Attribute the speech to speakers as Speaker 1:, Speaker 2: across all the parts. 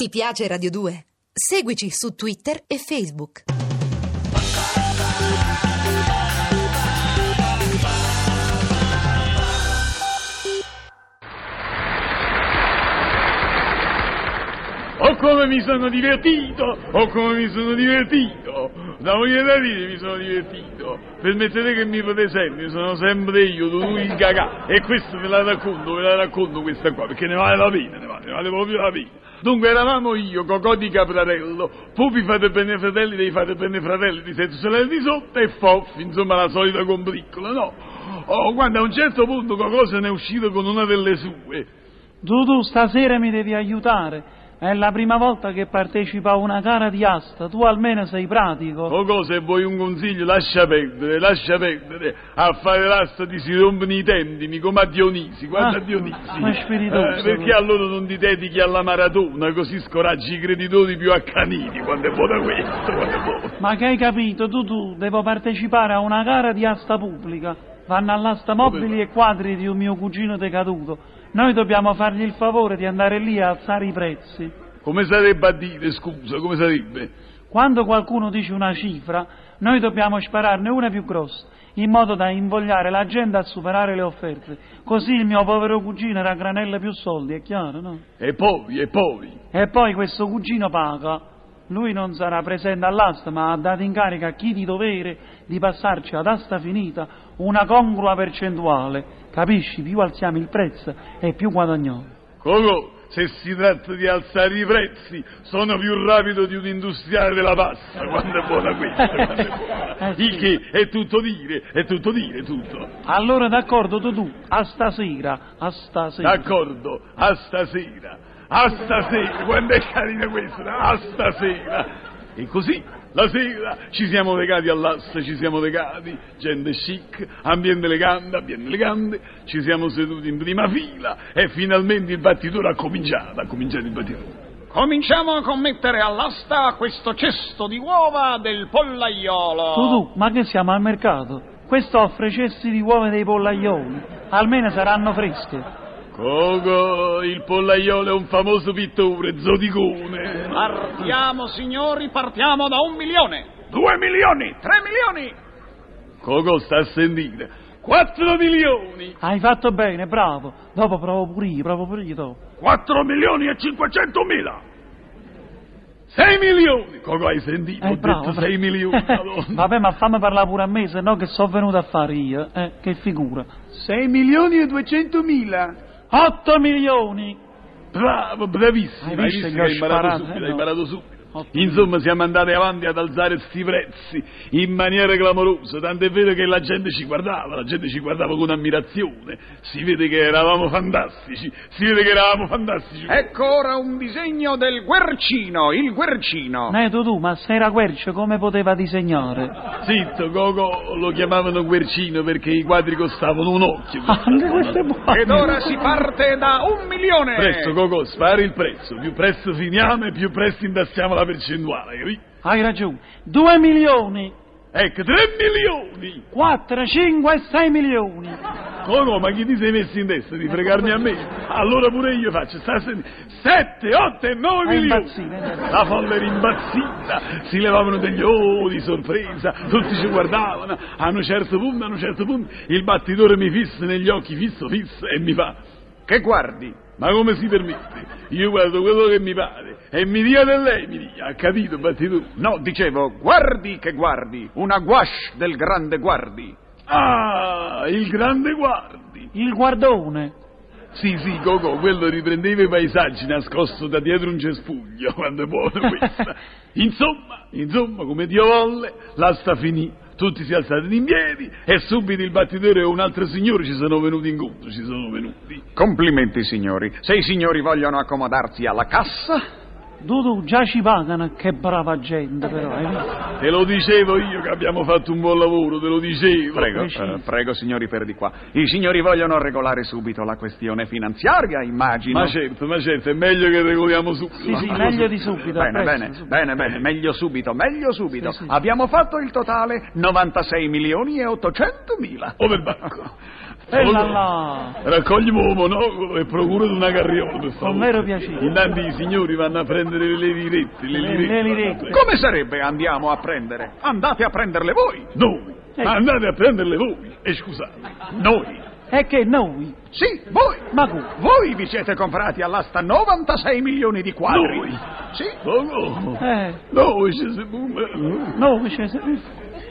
Speaker 1: Ti piace Radio 2? Seguici su Twitter e Facebook.
Speaker 2: Oh come mi sono divertito! Oh come mi sono divertito! Da morire da ridere mi sono divertito! Permettete che mi fate sempre, sono sempre io, lui il cagà. E questo ve la racconto, ve la racconto questa qua, perché ne vale la pena, ne vale, ne vale proprio la pena. Dunque eravamo io, Cocò di Caprarello, Pupi fate bene fratelli dei fate bene fratelli di Sette Sorelle di Sotto e Foffi, insomma la solita combriccola, no? Oh, quando a un certo punto Cocò se n'è uscito con una delle sue.
Speaker 3: Dudu, stasera mi devi aiutare. È la prima volta che partecipa a una gara di asta. Tu almeno sei pratico.
Speaker 2: O cosa, se vuoi un consiglio, lascia perdere, lascia perdere. A fare l'asta ti si rompono i tendini, come a Dionisi, guarda
Speaker 3: Ah,
Speaker 2: Dionisi.
Speaker 3: ma è spiritoso.
Speaker 2: Eh, perché allora non ti dedichi alla maratona, così scoraggi i creditori più accaniti, quando è buona questo, quando è buona.
Speaker 3: Ma che hai capito, Dudu? Devo partecipare a una gara di asta pubblica. Vanno all'asta mobili e quadri di un mio cugino decaduto. Noi dobbiamo fargli il favore di andare lì a alzare i prezzi.
Speaker 2: Come sarebbe a dire, scusa, come sarebbe?
Speaker 3: Quando qualcuno dice una cifra, noi dobbiamo spararne una più grossa, in modo da invogliare la gente a superare le offerte. Così il mio povero cugino raggranella più soldi, è chiaro, no?
Speaker 2: E poi, e poi.
Speaker 3: E poi questo cugino paga. Lui non sarà presente all'asta, ma ha dato in carica a chi di dovere di passarci ad asta finita una congrua percentuale. Capisci? Più alziamo il prezzo e più guadagniamo.
Speaker 2: Cocò, se si tratta di alzare i prezzi, sono più rapido di un industriale della pasta, quando è buona questa, quando è buona.
Speaker 3: Eh, sì.
Speaker 2: Il che è tutto dire, è tutto dire, tutto.
Speaker 3: Allora d'accordo tu tu, a stasera, a stasera.
Speaker 2: D'accordo, a stasera, a stasera, quando è carina questa, a stasera. E così, la sera, ci siamo legati all'asta, ci siamo legati, gente chic, ambiente elegante, ambiente elegante, ci siamo seduti in prima fila e finalmente il battitore ha cominciato, ha cominciato il battitore.
Speaker 4: Cominciamo a commettere all'asta questo cesto di uova del pollaiolo.
Speaker 3: Tu tu, ma che siamo al mercato? Questo offre cessi di uova dei pollaioli, almeno saranno fresche.
Speaker 2: Coco, il pollaiolo è un famoso pittore, zoticone.
Speaker 4: Partiamo, signori, partiamo da un milione,
Speaker 2: Due milioni!
Speaker 4: tre milioni,
Speaker 2: Coco sta a sentire. Quattro milioni!
Speaker 3: Hai fatto bene, bravo. Dopo provo pure io, provo pure io dopo.
Speaker 2: 4 milioni e 500 mila. 6 milioni! Coco hai sentito?
Speaker 3: Eh,
Speaker 2: Ho
Speaker 3: bravo,
Speaker 2: detto
Speaker 3: bravo.
Speaker 2: 6 milioni. madonna.
Speaker 3: Vabbè, ma fammi parlare pure a me, se no che sono venuto a fare io, eh, che figura.
Speaker 5: 6 milioni e 200 mila.
Speaker 3: 8 milioni!
Speaker 2: Bravo, bravissimo.
Speaker 3: Hai
Speaker 2: Hai visto
Speaker 3: visto che
Speaker 2: che
Speaker 3: ho
Speaker 2: hai imparato
Speaker 3: sparato,
Speaker 2: subito,
Speaker 3: eh,
Speaker 2: hai
Speaker 3: no.
Speaker 2: imparato subito.
Speaker 3: Ottimo.
Speaker 2: Insomma, siamo andati avanti ad alzare questi prezzi in maniera clamorosa, tant'è vero che la gente ci guardava, la gente ci guardava con ammirazione. Si vede che eravamo fantastici, si vede che eravamo fantastici.
Speaker 5: Eh.
Speaker 4: Ecco ora un disegno del Guercino, il Guercino.
Speaker 3: Ne tu, tu, ma se era quercio come poteva disegnare?
Speaker 2: Zitto, Coco lo chiamavano Guercino perché i quadri costavano un occhio.
Speaker 3: Anche questo è buono!
Speaker 4: Ed ora si parte da un milione.
Speaker 3: Eh.
Speaker 2: Presto, Coco, spari il prezzo. Più presto finiamo e più presto intassiamo la percentuale, capì?
Speaker 3: Hai ragione. 2 milioni!
Speaker 2: Ecco, 3 milioni!
Speaker 3: 4, 5 e 6 milioni!
Speaker 2: Coco, ma chi ti sei messo in testa di fregarmi a me? Allora pure io faccio, sta 7, 8 e 9
Speaker 3: È
Speaker 2: milioni!
Speaker 3: impazzito, è impazzito. eh.
Speaker 2: La folla era imbazzita, si levavano degli oh di sorpresa, tutti ci guardavano. A un certo punto, a un certo punto, il battitore mi fissa negli occhi, fisso, fisso, e mi fa...
Speaker 4: Che guardi?
Speaker 2: Ma come si permette? Io guardo quello che mi pare e mi dia da lei, mi dia, ha capito, battitore?
Speaker 4: No, dicevo, guardi che guardi, una gouache del grande guardi.
Speaker 2: Ah, il grande guardi!
Speaker 3: Il guardone!
Speaker 2: Sì, sì, Coco, quello riprendeva i paesaggi nascosto da dietro un cespuglio, quando è buono questa. Insomma, insomma, come Dio volle, l'asta finì. Tutti si alzarono in piedi e subito il battitore e un altro signore ci sono venuti incontro, ci sono venuti.
Speaker 4: Complimenti, signori. Se i signori vogliono accomodarsi alla cassa,
Speaker 3: Dudu, già ci pagano, eh, che brava gente però, hai visto?
Speaker 2: Te lo dicevo io che abbiamo fatto un buon lavoro, te lo dicevo.
Speaker 4: Prego,
Speaker 3: Preciso.
Speaker 4: eh, prego signori per di qua. I signori vogliono regolare subito la questione finanziaria, immagino.
Speaker 2: Ma certo, ma certo, è meglio che regoliamo subito.
Speaker 3: Sì, sì,
Speaker 2: Ma-
Speaker 3: meglio di subito.
Speaker 4: Bene,
Speaker 3: presto,
Speaker 4: bene,
Speaker 3: subito.
Speaker 4: bene, bene, meglio subito, meglio subito.
Speaker 3: Sì, sì.
Speaker 4: Abbiamo fatto il totale 96 milioni e 800 mila.
Speaker 2: Overbacco.
Speaker 3: E Eh, là là!
Speaker 2: Raccogliamo un monocolo e procurati una carriola, per favore.
Speaker 3: Con vero piacere.
Speaker 2: Intanto i signori vanno a prendere le lirette, le
Speaker 3: Le-
Speaker 2: lirette.
Speaker 3: le lirette.
Speaker 4: Come sarebbe andiamo a prendere? Andate a prenderle voi.
Speaker 2: Noi,
Speaker 3: Eh.
Speaker 2: andate a prenderle voi. E scusate, noi.
Speaker 3: E che noi?
Speaker 4: Sì, voi.
Speaker 3: Ma come?
Speaker 4: Voi vi siete comprati all'asta 96 milioni di quadri.
Speaker 2: Noi.
Speaker 4: Sì.
Speaker 2: Oh no.
Speaker 3: Eh,
Speaker 2: Noi ci siamo...
Speaker 3: no, cioè, se-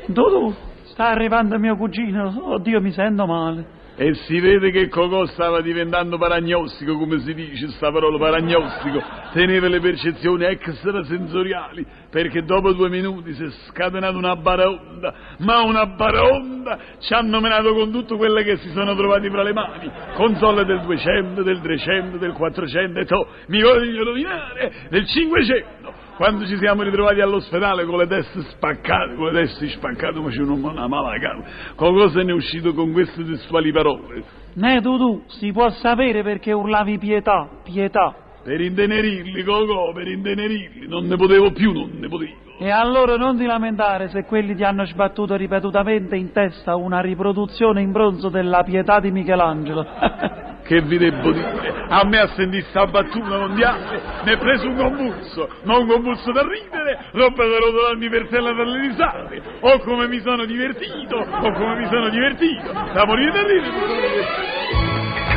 Speaker 3: Dodò, sta arrivando mio cugino, oddio mi sento male.
Speaker 2: E si vede che Cocò stava diventando paragnostico, come si dice sta parola paragnostico, teneva le percezioni extrasensoriali, perché dopo due minuti si è scatenata una baraonda, ma una baraonda ci ha nominato con tutto quello che si sono trovati fra le mani, console del 200, del 300, del 400, e to, mi voglio rovinare, del 500. Quando ci siamo ritrovati all'ospedale con le teste spaccate, con le teste spaccate, ma c'è una, una mala calma, qualcosa ne è uscito con queste testuali parole.
Speaker 3: Ne Dudu, si può sapere perché urlavi pietà, pietà.
Speaker 2: Per intenerirli, Coco, per intenerirli, non ne potevo più, non ne potevo.
Speaker 3: E allora non ti lamentare se quelli ti hanno sbattuto ripetutamente in testa una riproduzione in bronzo della pietà di Michelangelo.
Speaker 2: Che vi devo dire? A me a sentire sta battuta mondiale, mi è preso un convulso, ma un convulso da ridere, roba da rotolarmi per terra dalle risate. O come mi sono divertito, o come mi sono divertito, da morire da ridere. mi sono divertito.